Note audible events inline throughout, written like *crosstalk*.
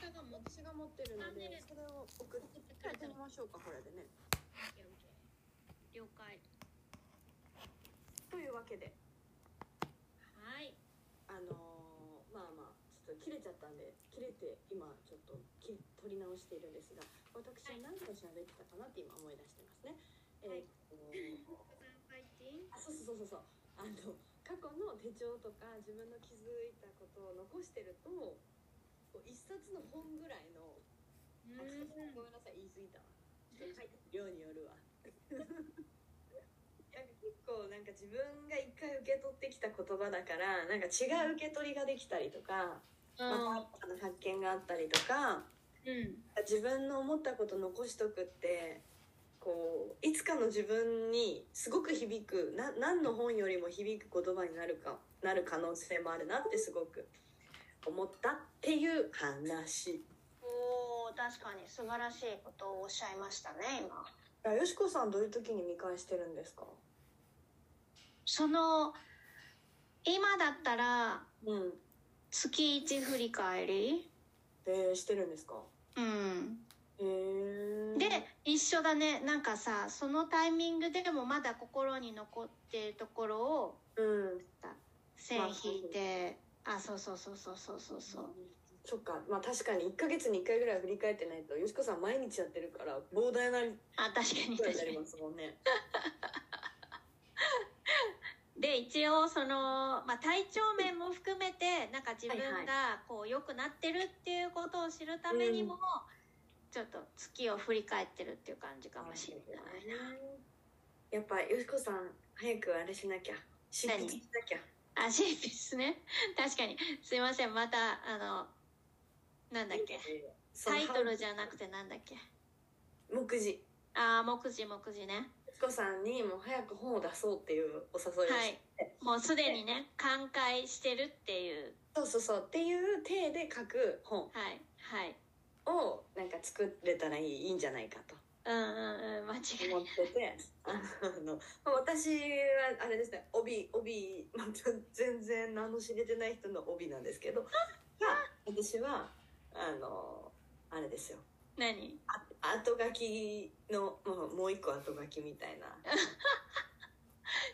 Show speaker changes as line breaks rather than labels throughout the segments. が持ってるの
あ
で
ね
それを送って
くれた
みましょうかこれでね
了解
というわけで
はい
あのーまあまあちょっと切れちゃったんで切れて今ちょっと切り取り直しているんですが私は何を喋ってたかなって今思い出してますね、
は
え
い
ーっと
火山灰人
あそうそうそうそうそうあの過去の手帳とか自分の気づいたことを残してるとこう一冊の本ぐらいの
うー
あ
ん
ごめんなさい言い過ぎたわちょっと書いてる量によるわ *laughs* なんか結構なんか自分が一回受け取ってきた言葉だからなんか違う受け取りができたりとかまた新たな発見があったりとか
うん
自分の思ったこと残しとくってこういつかの自分にすごく響くな何の本よりも響く言葉になるかなる可能性もあるなってすごく思ったっていう話。
おお確かに素晴らしいことをおっしゃいましたね今
あよしこさんどういう時に見返してるんですか
その今だったら
うん。
月1振り返り
でしてるんですか
うん
へえ
で一緒だねなんかさそのタイミングでもまだ心に残ってるところを
うん
線引いてあそうそうそうそうそうそうそう
そっかまあ確かに1ヶ月に1回ぐらい振り返ってないとよしこさん毎日やってるから膨大な量
あ確かに確
に
か
な
に
りますもんね
で一応その、まあ、体調面も含めてなんか自
は
分
い
がこう良くなってるっていうことを知るためにも、ちょっと月を振り返ってるっていう感じ *laughs* かもしれないな。
やっぱよしこさん早くあれしなきゃ執筆
何
しなきゃ
あシーピスね *laughs* 確かにすいませんまたあのなんだっけ
その
タイトルじゃなくてなんだっけ
目次よ
ああ目次目次ね
しこさんにもう早く本を出そうっていうお誘いをして、
はいもうすでにね *laughs* 寛解してるっていう
そうそうそうっていう体で書く本
はいはい
をなんか作れたらいいいいんじゃないかと
うんうんうん間違いな
思っ
い
てて *laughs* あの私はあれですね帯帯、 *laughs* まあ、ちょ全然何も知れてない人の帯なんですけどが私はあのあれですよ
何
あ後書きのもうもう一個後書きみたいな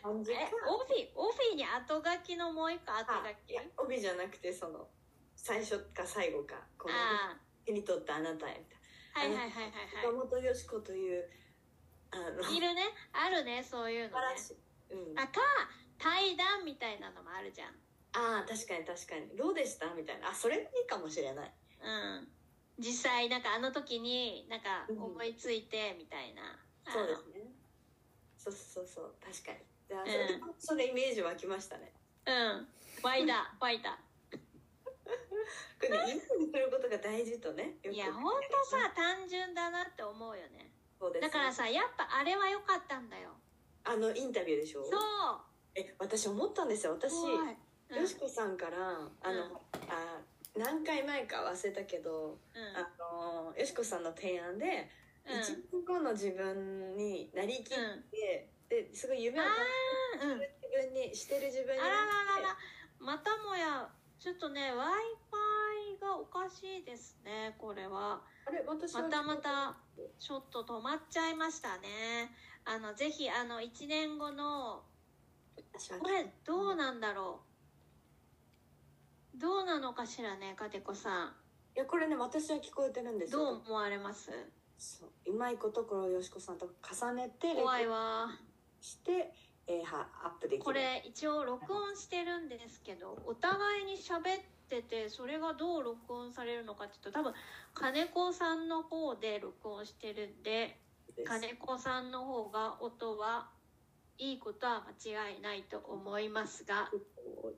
感
*laughs*
じ
え
か
帯帯に後書きのもう一個後書
あい
き
や帯じゃなくてその最初か最後かこの
あ
手に取ったあなたへみ
あはいはいはい
たい
は
ない
は
岡本よし子というあの
いいるねあるねそういうの、ね、
素晴らしいうん、
あか対談みたいなのもあるじゃん
ああ確かに確かにどうでしたみたいなあそれもいいかもしれない
うん実際なんかあの時になんか
うん
思いついてみたいな、あの
そうですねそうそうそう確かにじゃあ
ん
それ,、それイメージ湧きましたね
うん湧いた湧いた
これねイメージすることが大事とねよ
いやほんとさ単純だなって思うよね
そうですね
だからさやっぱあれは良かったんだよ
あのインタビューでしょ
そう
え私思ったんですよ私
怖いうん
よしこさんからあの、
うん
あ何回前か忘れたけど、
うん
あのよしこさんの提案で、
うん
一年後の自分になりきって、ですごい夢を
うんうん
自分にしてる自分
あ
に
ららら
なっ
ら、またもや、ちょっとね、Wi-Fi がおかしいですね、これは。
てあれ私は
またまた、ちょっと止まっちゃいましたね。あの、ぜひ、あの、1年後の、
私は
これ、どうなんだろう。どうなのかしらね、かてこさ
いやこれね私は聞こえてるんで
ん。
す
どう
よ
思われます
そううまいことこれをよしこさんと重ねてレ
怖い
コー
わ。
ドして、えーはアップできる
これ、一応録音してるんですけど、お互いに喋ってて、それがどう録音されるのかっていうと、多分、金子さんの方で録音してるんで、
です
金子さんの方が音はいいことは間違いないと思いますが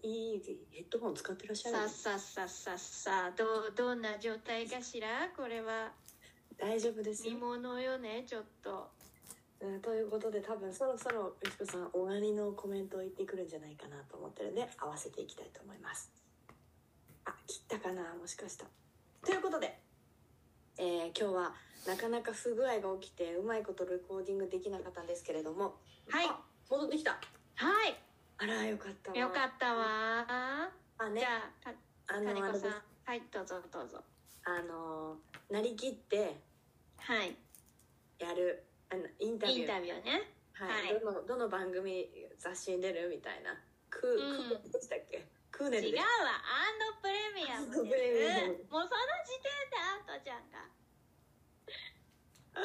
いいヘッドホン使ってらっしゃるん
さ
で
あ
す
さあさあさあさあどうどんな状態かしらこれは
大丈夫です
見
よ
ものよねちょっと
うんということで多分そろそろよしこさん終わりのコメントを言ってくるんじゃないかなと思ってるんで合わせていきたいと思いますあ切ったかなもしかしたらということで、えー今日はなかなか不具合が起きてうまいことレコーディングできなかったんですけれども
はい
あ戻ってきた
は
あらよかったわ
いよかったわ
あね
じゃあか
あの
金
あ
子
れ
さ
で
ん
す
はいどうぞどうぞ
あのーなりきって
はい。
やるあのインタ
イ
ビュ
ン
ー
タビューね。
はい
はい
どのどの番組雑誌に出るみたいなクー、
うん
クーでしたっけクーネ
違う
ルで
わア
し、
ンドプレミア
ア
ム
ンドプレミアム
です。もうその時点でアントちゃんが。
た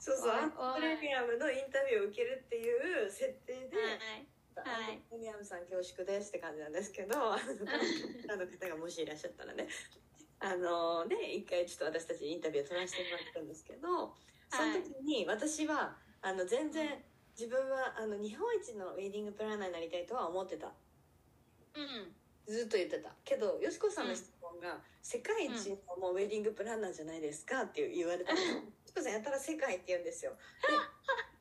そうそう
おい
アンドプレミアムのインタビューを受けるっていう設定で、
はい。
アンドプレミアムさん恐縮ですって感じなんですけ
*laughs*
ど、あ *laughs* のあの方がもしいらっしゃったらねあので一回ちょっと私たちにインタビューを取らせてもらったんですけどその時に私はあの全然自分はあの日本一のウェディングプランナーになりたいとは思ってた
うん。
ずっと言ってたけどよしこさんの質問が「世界一のもうウェディングプランナーじゃないですか」って言われたのよしこさんやったら「世界」って言うんですよ。で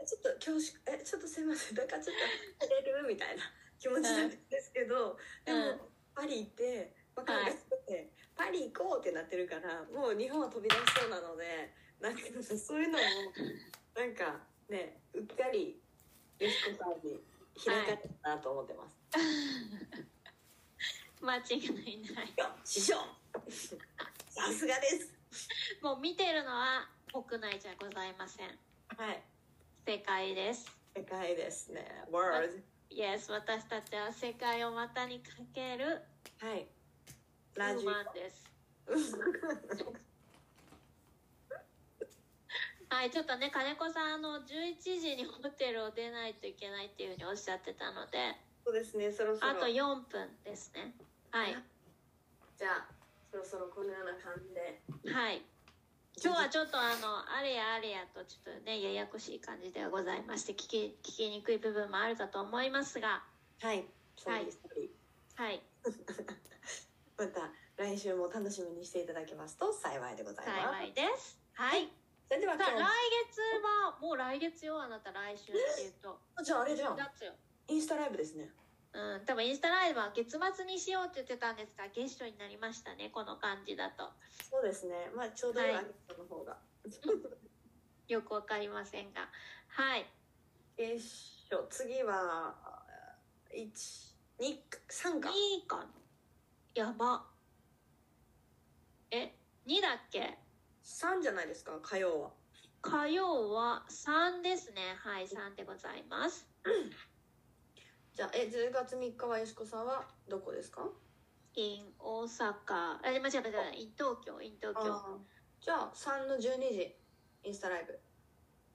ちょっと恐縮えちょっとすいませんだからちょっと照れるみたいな気持ちなんですけど、でも、
うん
パリ行って若いがすごくてパリ行こうってなってるからもう日本は飛び出しそうなのでなんかそういうのもなんかねうっかりよしこさんに開かれたなと思ってます。
間違いない。
よ師匠さすがです
もう見てるのは国内じゃございません。
はい
世界です。
世界ですね World
Yes、私たちは世界を股にかける
はい
ウ
ラ
ー
ジオ
マンです。はい、ちょっとね、金子さん、あの、11時にホテルを出ないといけないっていうふうにおっしゃってたので、
そうですねそろそろ
あと4分ですね。はい、
じゃあそろそろこのような感じで
はい。今日はちょっとあの、あれやあれやとちょっとね、ややこしい感じではございまして、聞き、聞きにくい部分もあるかと思いますが、
はいそうです
はい、
また来週も楽しみにしていただけますと幸いでございます
幸いです。はい。
それでは
さあ、
今
来
日
月は、もう来月よ、あなた来週って言うと。
もじゃああれじゃん
だっつよ。
インスタライブですね
うん、多分インスタライブは月末にしようって言ってたんですが、月初になりましたね、この感じだと。
そうですねまあちょうどいい
はい
アンケートの方が
よくわかりませんが。はい。
よいしょ次は123か
2位かなやば。え、2だっけ
3じゃないですか火曜は
火曜は3ですね。はい、3でございます。
じゃあえ10月3日はよしこさんはどこですか
in 大阪。あ、間違えた、間違えた in 東京、in 東京。
じゃあ3の12時インスタライブ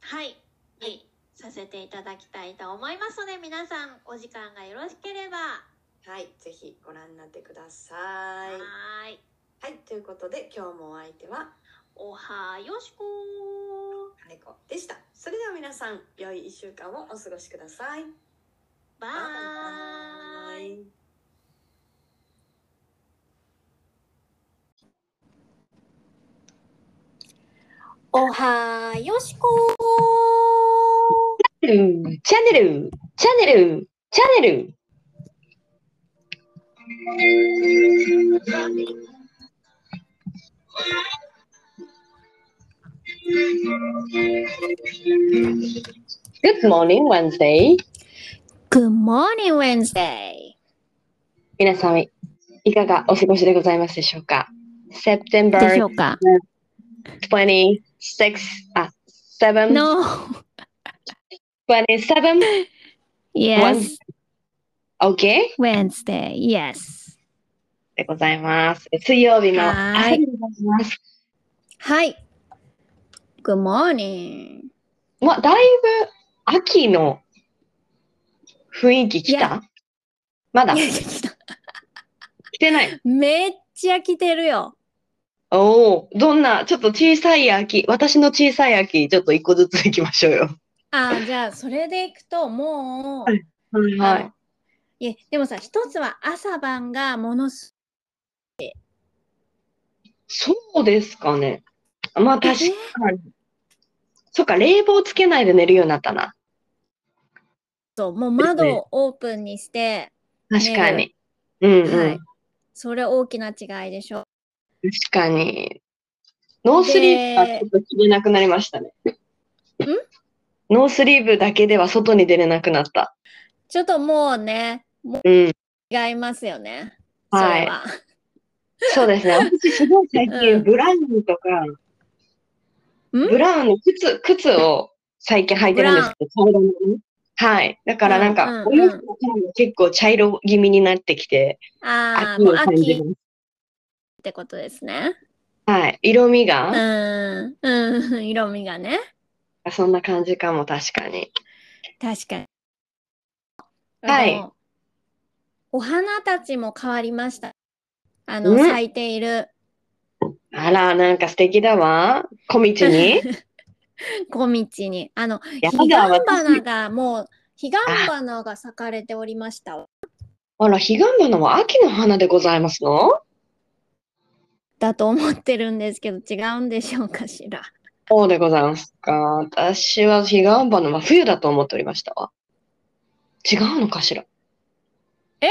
はい。にさせていただきたいと思いますので、皆さんお時間がよろしければ。
はいぜひご覧になってくださ
はいーい。
はいということで今日もお相手は
おはよしこー
金子でしたそれでは皆さん良い1週間をお過ごしください
バイ
バイバイ
おはよしこ
チャンネル、チャンネル、チャンネル、チャンネル。Good morning, Wednesday.
ー Good morning Wednesday!
皆さん、いかがお過ごしでございますでしょうか ?September
でしょうか
26あ、7、
?No!
27
Yes!
OK?
Wednesday! Yes!
でございます。水曜日の
は
朝
ーい
でございます。
はい。Good morning! *laughs*
まあ、だいぶ秋の雰囲気来
いや
たまだ
いやいや来た
来てない。
めっちゃ来てるよ。
おお、どんな、ちょっと小さい秋、私の小さい秋、ちょっと一個ずつ行きましょうよ。
あーじゃあそれでいくともう、
はいはい
あの。いやでもさ一つは朝晩がものす
そうですかね。まあ
ごい
確かに。そっか、冷房つけないで寝るようになったな。
ともう
ですね
窓をオープンにして、
確かに。うんうん。
はい、それ大きな違いでしょ。
確かに。ノースリーブはちょっと着れなくなりましたね。ノースリーブだけでは外に出れなくなった。
ちょっともうね
うん。
違いますよね。
はい
それは *laughs*
そうですね。私すごい最
う
近
ん
ブラウンとか、ブラウンの靴、靴を最近履いてるんですけど、茶色のね。はい。だからなんか、
うんうんうん
お洋服のカラーも結構茶色気味になってきて、
ああ、
秋
も
を
う
感じ
秋っ
ます。
てことですね。
はい。色味
う
が、
ん、うん、 *laughs* 色味がね。
そんな感じかも、確かに。
確かに。
はい
あの。お花たちも変わりました。あの、
うん
咲いている
あら、なんか素敵だわ。小
*laughs*
道に。
小道に。あの、
や
彼
だ
岸花
私
がもう、彼岸花が咲かれておりました。
あら、彼岸花は秋の花でございますの
だと思ってるんですけど、違うんでしょうかしら。
そうでございますか。私は彼岸花は冬だと思っておりましたわ。違うのかしら。
え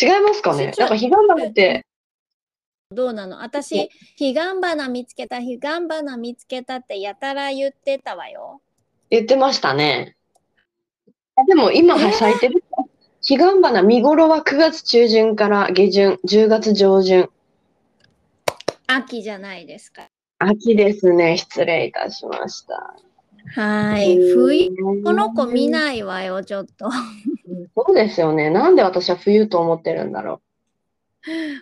違いますかね
ちょ
なんか彼岸花って、
どうなの私、彼岸花見つけた、彼岸花見つけたってやたら言ってたわよ。
言ってましたね。あでも今は咲いてる。彼岸花見頃は9月中旬から下旬、10月上旬。
秋じゃないですか。
秋ですね。失礼いたしました。
は
え
い。冬、この子見
い。
ないわよ、ちょっと。 *laughs*
そうですよね。なんで私は冬と思ってるんだろ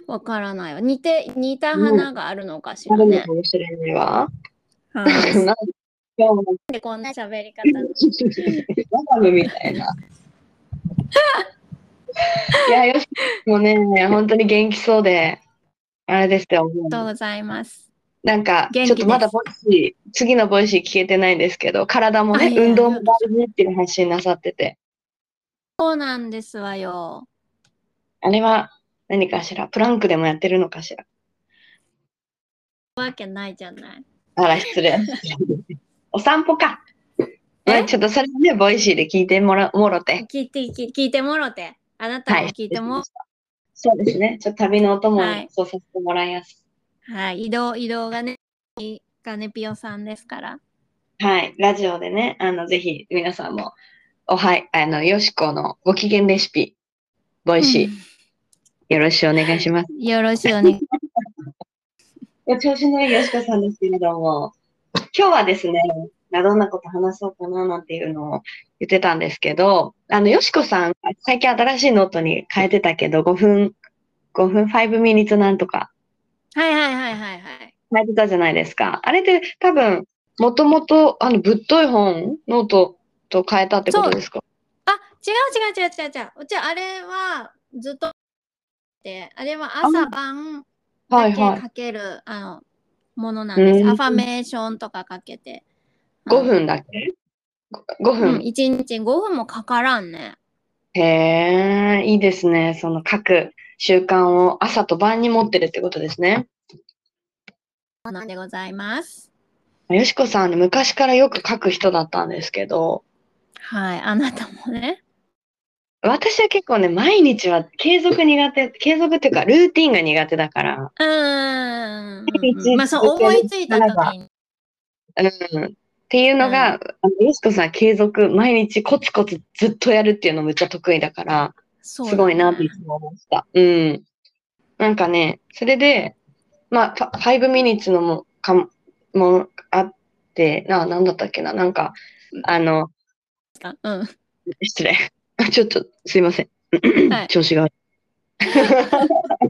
わからないわ。似て、似た花があるのかし
う。あ
ら
るの
ね
か。もしれないわ。
はい。 *laughs*
なんで今日も
なんでこんな喋り方
ラバムみたい
*laughs*
な。いや、よしもね、本当に元気そうで、あれですよ。もう
ありがとうございます。
なんか、
元気
ちょっとまだボイシー、次のボイシー聞けてないんですけど、体も
あ
ね
い、や
運動も大事っていう発信なさってて、
そうなんですわよ。
あれは何かしら、プランクでもやってるのかしら。
わけないじゃない。
あら、失礼。 *laughs* お散歩か。
え
ねちょっとそれもね、ボイシーで聞いてもらもろて。
聞いて、聞い聞いてもろて。あなた
は
も
い。
聞いても。
そうですね。ちょっと旅のお供
はい
にそうさせてもらいます。
はい。移動、移動がね、いがねぴよさんですから。
はい、ラジオでね、あの、ぜひ皆さんも、おはい、あの、よしこのご機嫌レシピ、ボイシー、よろしくお願いします。
うんよろしいお願い。
*laughs* お調子のいいよしこさんですけれども、今日はですね、まあどんなこと話そうかななんていうのを言ってたんですけど、あの、よしこさん、最近新しいノートに変えてたけど、5分、5分5ミニッツなんとか
はいはいはいはいはい。
変えてたじゃないですか。あれって多分、もともと、あの、ぶっとい本、ノートと変えたってことですか
あ、違う違う違う違う違う。うちあれはずっと、で、あれは朝晩
は
だ
い
け
はい。
かける、あの、ものなんです。
うん
アファメーションとかかけて。うん
5分だっけ ?5
うん、
分。
1日5分もかからんね。
へえ、いいですね。その書く習慣を朝と晩に持ってるってことですね。
そうなんでございます。
よしこさん、昔からよく書く人だったんですけど、
はい、あなたもね。
私は結構ね、毎日は継続苦手、継続っていうか、ルーティンが苦手だから、
うーん
毎日。
まあ、そう、思いついた時に。
うん。っていうのが、あのよしこさん継続、毎日コツコツずっとやるっていうのめっちゃ得意だから、
そうだね
すごいなっていつも思いました。うん。なんかね、それで、まあ、ファ5ミニッツのも、かも、もあって、な、なんだったっけな、なんか、あの、
うん。
失礼。 *laughs* ちょっと、すいません。
はい
調子が悪い。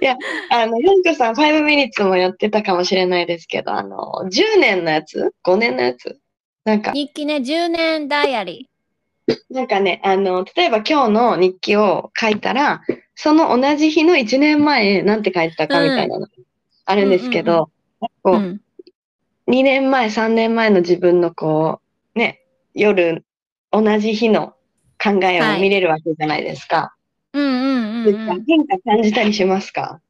いや、あの、ヨンコさん、5ミニッツもやってたかもしれないですけど、あの、10年のやつ ?5 年のやつなんか、
日記ね、10年ダイアリ
なんかね、あの、例えば今日の日記を書いたら、その同じ日の1年前、なんて書いてたかみたいなの、あるんですけど、
ー。
こ
うん。
う、2年前、3年前の自分のこう、ね、夜、同じ日の考えを見れるわけじゃないですか。
うんうんうん、うん。
変化感じたりしますか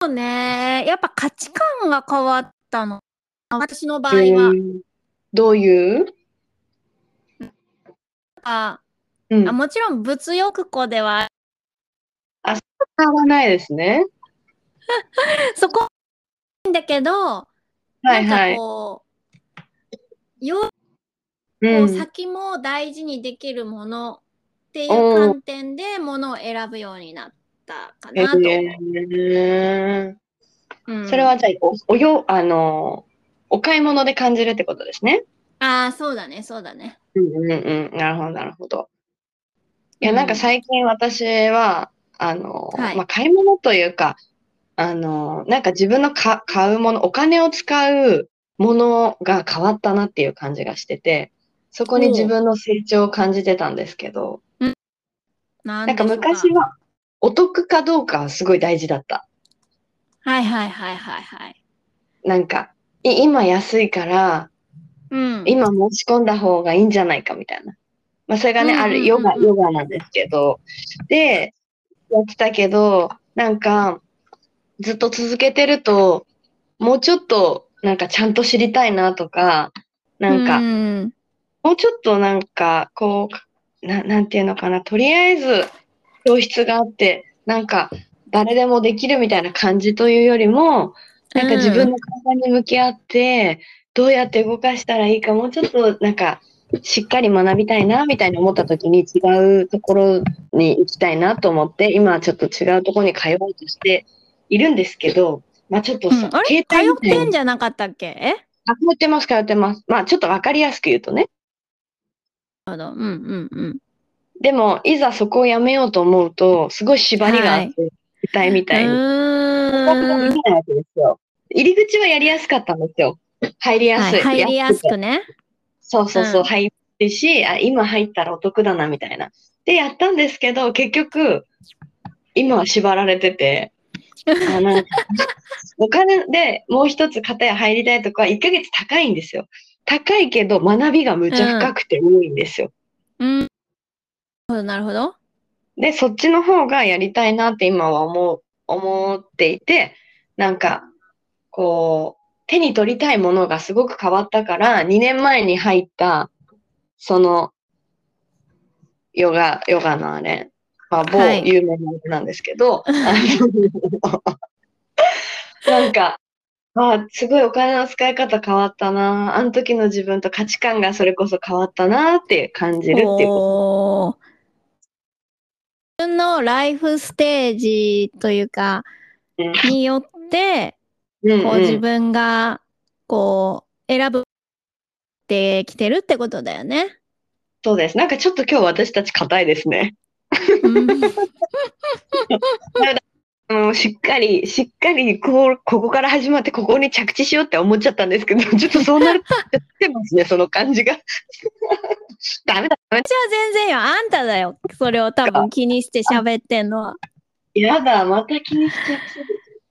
そうね。やっぱ価値観が変わったの。私の場合
う
は。
んどういう、
あ
うん、
あ
変
もちろん物欲子では、
わらないですね。
そこはいいんだけど、
はいは
なん
い
か。こう、
う、
こうん先も大事にできるものっていう
おー
観点でものを選ぶようになったかなと。
えー
うん
それはじゃあ、お、およ、あの、お買い物で感じるってことですね。
ああそうだねそうだね
うんうんうん。なるほど、なるほど。いや、
うん
なんか最近私は、あの、
はい
まあ、買い物というか、あの、なんか自分のか、買うもの、お金を使うものが変わったなっていう感じがしてて、そこに自分の成長を感じてたんですけど、
な
なんか昔
は
はお得かどうかはすごい大事だった。
はいはいはいはいはい
なんか、い今安いから、
うん
今申し込んだ方がいいんじゃないかみたいな。まあ、それがね、
うんうんうん
あ
うん
るヨガ、ヨガなんですけど。で、やってたけど、なんか、ずっと続けてると、もうちょっと、なんかちゃんと知りたいなとか、なんか、
うん
もうちょっとなんか、こう、ななんていうのかな、とりあえず教室があって、なんか誰でもできるみたいな感じというよりも、なんか自分の体に向き合って、どうやって動かしたらいいか、もうちょっとなんか、しっかり学びたいな、みたいに思った時に違うところに行きたいなと思って、今はちょっと違うところに通おうとしているんですけど、まあちょっとさ、
うんあれ
携
通
帯み
った
いな
てんじゃなかったっけえ
あ、通ってます、通ってます。まあちょっとわかりやすく言うとね。
なるほどうんうんうん
でも、いざそこをやめようと思うと、すごい縛りがあって、痛、いみたいに。
う
比較が
ーん
できないわけですよ。入り口はやりやすかったんですよ。入りや
は
すい。
い、入りやす
くて
くね。
そうそうそう
ん
う、入ってし、あ、今入ったらお得だな、みたいな。で、やったんですけど、結局、今は縛られてて、あなんか *laughs* お金でもう一つ型や入りたいとか、1ヶ月高いんですよ。高いけど、学びがむちゃ深くて多いんですよ。
うん。なるほど、なるほど。
で、そっちの方がやりたいなって今は思う、思っていて、なんか、こう、手に取りたいものがすごく変わったから、2年前に入った、その、ヨガ、ヨガのあれ、まあ、某
はい
有名なやつなんですけど、あのなんか、まあ、すごいお金の使い方変わったな、あの時の自分と価値観がそれこそ変わったなって感じるっていうこと。
おー自分のライフステージというか、
う
によって、
うん
こう
うん
自分が、こう、選ぶってきてるってことだよね。
そうです。なんかちょっと今日私たち硬いですね。 *laughs*
うん
うん、しっかり、しっかりこう、ここから始まってここに着地しようって思っちゃったんですけど、 *laughs* ちょっとそうなるやってますね、その感じが。ダメだ、ダメだ。
私は全然よ。あんただよ。それを多分気にして喋ってんのは。
やだ、また気にしちゃう。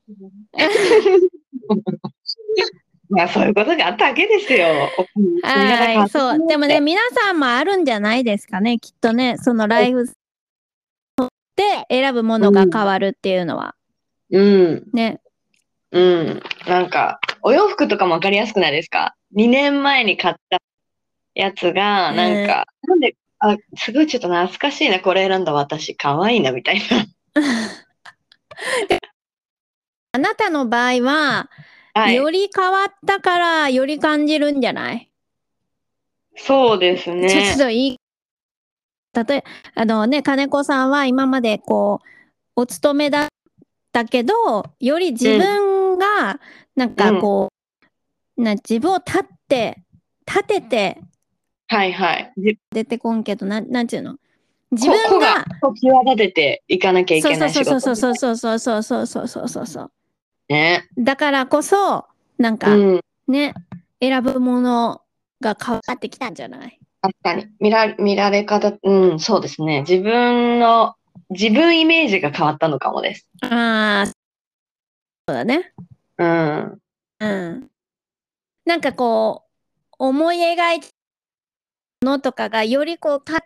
*laughs* まあそういうことがあったわけですよ。
はい、そう。でもね、
ね
皆さんもあるんじゃないですかね、きっとね、そのライフで選ぶものが変わるっていうのは。
うん。
ね。
うん。なんか、お洋服とかもわかりやすくないですか ?2 年前に買ったやつが、なんか、なんで、あ、すごいちょっと懐かしいな、これ選んだ私、かわいいな、みたい
*laughs* あなたの場合は、
な。はい。
より変わったから、より感じるんじゃない、
そうですね。
ちょっといい。例えあのね、金子さんは今までこう、お勤めだったけど、より自分が、なんかこう、な自分を立って、立てて、
はいはい。じ
出てこんけど、なん、なんちゅうの自分
こ
が、
こ際立てていかなきゃい
そう
け
そ
な
う
い仕
そう
事。
そうそうそうそうそうそうそうそうそうそう。
ね。
だからこそ、なん
う
か、
ん。
ね、選ぶものが変わってきたんじゃない
確かに。見ら、見られ方、うん、そうですね。自分の、自分イメージが変わったのかもです。
ああ、そうだね。
うん。
うん。なんかこう、思い描いたものとかがよりこう、かっこよ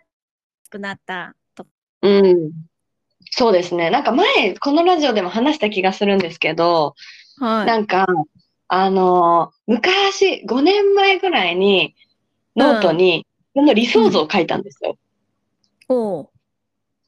くなったとか。
うん。そうですね。なんか前、このラジオでも話した気がするんですけど、
はい。
なんか、あのー昔、5年前ぐらいに、ノートに、その理想像を書いたんですよ。
おう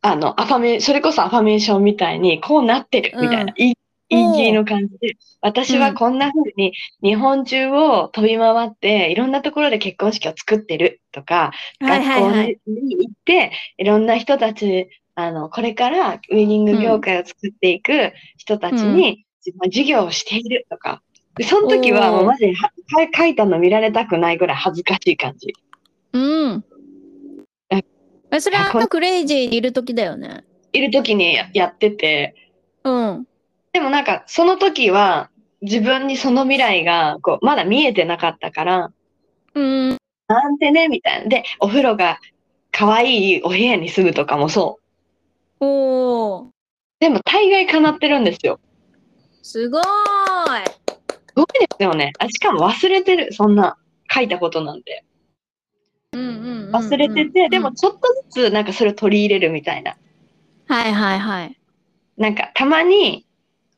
あの、アファメ、それこそアファメーションみたいに、こうなってる、みたいな、い言い切りの感じで、私はこんな風に日本中を飛び回って、いろんなところで結婚式を作ってるとか、
はいはいは
学
い。
校に行って、いろんな人たち、あの、これからウィニング業界を作っていく人たちに、自分は授業をしているとか。でその時はもうマジではか書いたの見られたくないぐらい恥ずかしい感じ。
うん。えそれあんたクレイジーにいる時だよね。
いる時にややってて、
うん。
でもなんかその時は自分にその未来がこうまだ見えてなかったから、
うん。
なんてね、みたいな。で、お風呂が可愛いお部屋に住むとかもそう。
おー。
でも大概叶ってるんですよ。
すごーい。
すごいですよね。あしかも忘れてる、そんな書いたことなんて。
うんうんうんうん
忘れてて、でも、ちょっとずつなんかそれを取り入れるみたいな。
はいはいはい。
なんかたまに、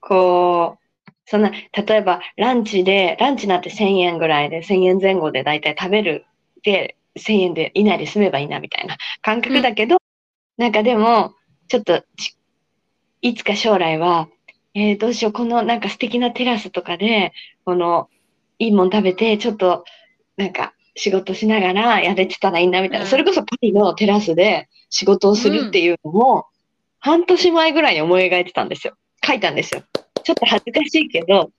こう、そんな、例えばランチで、ランチなんて1000円ぐらいで、1000円前後で大体食べるで、1000円で以内で済めばいいなみたいな感覚だけど、なんかでも、ちょっとち、いつか将来は、えーどうしよう、このなんか素敵なテラスとかで、この、いいもん食べて、ちょっと、なんか、仕事しながらやれてたらいいなみたいな、
うん
それこそパリのテラスで仕事をするっていうのを、半年前ぐらいに思い描いてたんですよ。書いたんですよ。ちょっと恥ずかしいけど、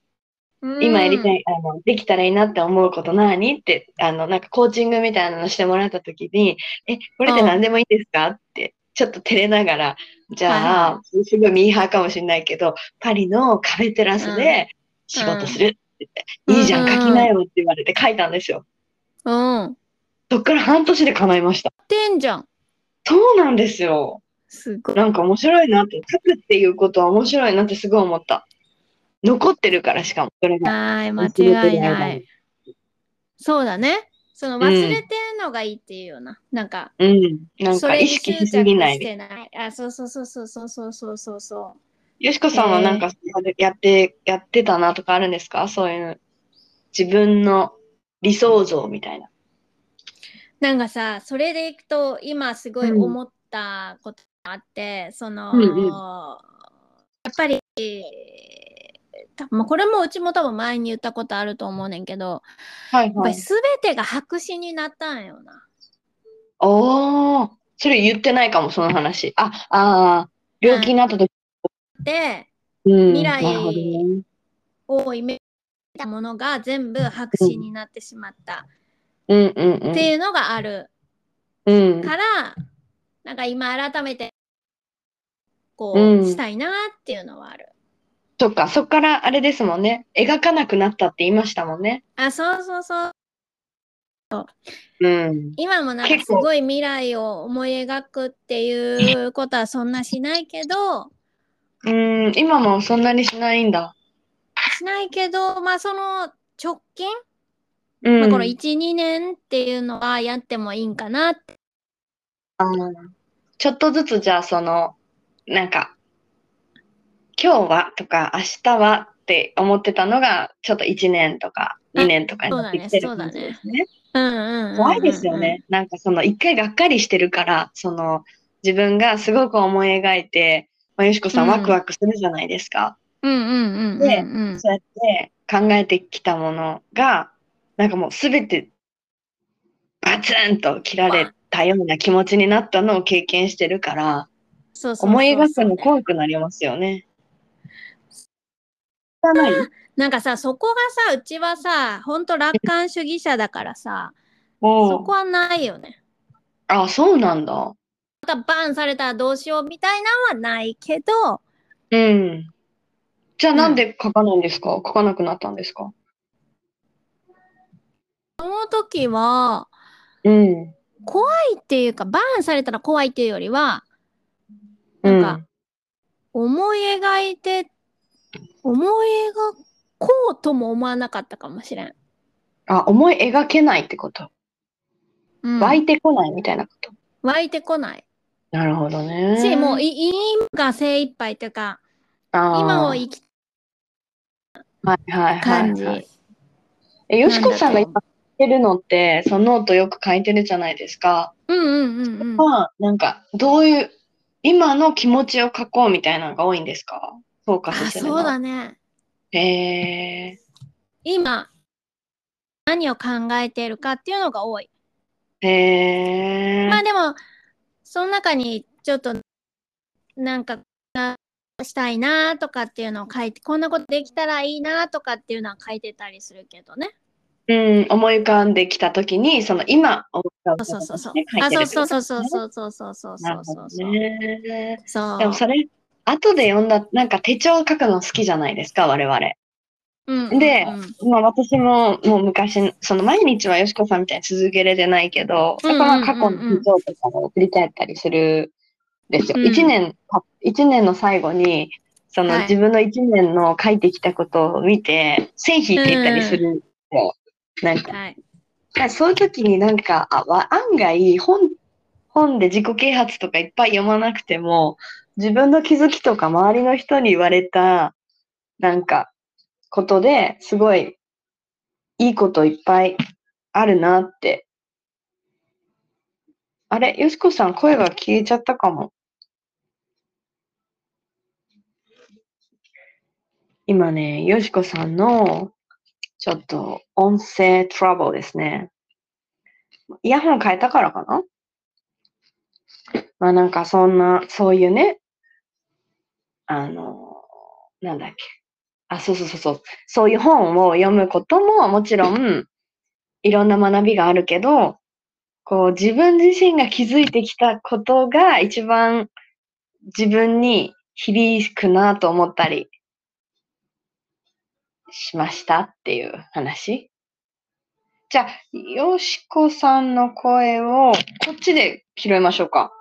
今やりた
い。
い、あの、できたらいいなって思うこと何って、あの、なんかコーチングみたいなのしてもらった時に、え、これって何でもいいんですかって、ちょっと照れながら、じゃあ、すごいミーハーかもしれないけど、パリのカフェテラスで仕事するって言って、
うん
いいじゃん、
うん
書きなよって言われて書いたんですよ。
うん。
そっから半年で叶いました。
てんじゃん。
そうなんですよ。
すごい。
なんか面白いなって、書くっていうことは面白いなってすごい思った。残ってるから、しかも、それが。
はい、間
忘れてる間
違い
に
ない。そうだね。その
ん
忘れてんのがいいっていうような。なんか、
うん。なん
そ
か
れ
意
に
識
執
し
着
すぎない
してない。あ、そうそうそうそうそうそうそうそうそう。
よしこさんはなんかやって、やってたなとかあるんですかそういう自分の理想像みたいな。
なんかさそれでいくと今すごい
うん
思ったことがあって、その、
うんうん
やっぱり多分まあこれもうちも多分前に言ったことあると思うねんけど
はい
やっぱり。全てが白紙になったんよな。
おー、それ言ってないかも、その話。あ、ああ、病気になった時。
で
うん。
未来
なるほどね。
をイメージしたものが全部白紙になってしまった
うんうんうん。
っていうのがある
うん。
から、なんか今改めてこ
う
うんしたいなっていうのはある。
そっか、そっからあれですもんね。描かなくなったって言いましたもんね。
あそうそうそう
うん。
今もなんか
結
す
構
ごい未来を思い描くっていうことはそんなしないけど
うん、今もそんなにしないんだ。
しないけどまあその直近、
うん。
まあ、この12年っていうのはやってもいいんかなって
あーちょっとずつじゃあそのなんか今日はとか明日はって思ってたのがちょっと1年とか
あ
2年とかになってきてる
そうだ
感
ね
じですね。
うんうんうんうん
怖いですよね。なんかその一回がっかりしてるからその自分がすごく思い描いて、まあ、よしこさん
うん
ワクワクするじゃないですか。
うんうんうんうんうん
そうやって考えてきたものがなんかもう全てバツンと切られたような気持ちになったのを経験してるから。
そうそうそう
思い描くの
そう
怖くなりますよね。汚い
なんかさそこがさうちはさほんと楽観主義者だからさ
お
そうこはないよね
あ、そうなんだ。
またバンされたらどうしようみたいなんはないけど
うん。じゃあなんで書かないんですか、書かなくなったんですか
その時は
うん。
っていうかバーンされたら怖いっていうよりは
う
なん
ん。
か思い描いて思い描こうとも思わなかったかもしれん。
あ、思い描けないってこと。
うん
湧いてこないみたいなこと。
湧いてこない
なるほどね。
し、もうい今が精一杯というか
あー
今を生き
はいはいはい
感
はい、
じ、
え、よしこさんが
なんだ
今書いてるのって、そのノートよく書いてるじゃないですか。
うんうんうんうん
まあ、なんか、どういう、今の気持ちを書こうみたいなのが多いんですかフォーカ
あ
スするの
そ
は
うだね
へえ
今何を考えているかっていうのが多い
ー、へえ
まあでもその中にちょっとなんかしたいなとかっていうのを書いてこんなことできたらいいなとかっていうのは書いてたりするけどね。
うん、思い浮かんできたときに、その今思い浮かぶ
そうそうそうそう
ね。書い
あ
て
そ
る
うそうそうそうそうそうそうそう
な
そ
る
うそ
ほど
うそう。
ね。
そう
でもそれ、後で読んだ、なんか手帳書くの好きじゃないですか、我々。
うんうんうん
でまあ私ももう昔、その毎日はよしこさんみたいに続けれてないけど、
うん
だ
うん
か
うんうん
ら過去の手帳とかを振り返ったりするんですよ。
うん
一年た、一年の最後に、そ
は
の
い
自分の一年の書いてきたことを見て、線引いていったりするんですよ。なんか、
はい。
あそういう時になんか、あわ案外本、本で自己啓発とかいっぱい読まなくても、自分の気づきとか周りの人に言われた、なんか、ことですごい、いいこといっぱいあるなって。あれ、よしこさん声が消えちゃったかも。今ね、よしこさんのちょっと音声トラブルですね。イヤホン変えたからかなまあなんかそんな、そういうね、あの、なんだっけ。あ、そうそうそうそう。そういう本を読むことももちろんいろんな学びがあるけど、こう自分自身が気づいてきたことが一番自分に響くなと思ったりしましたっていう話。じゃあ、よしこさんの声をこっちで拾いましょうか。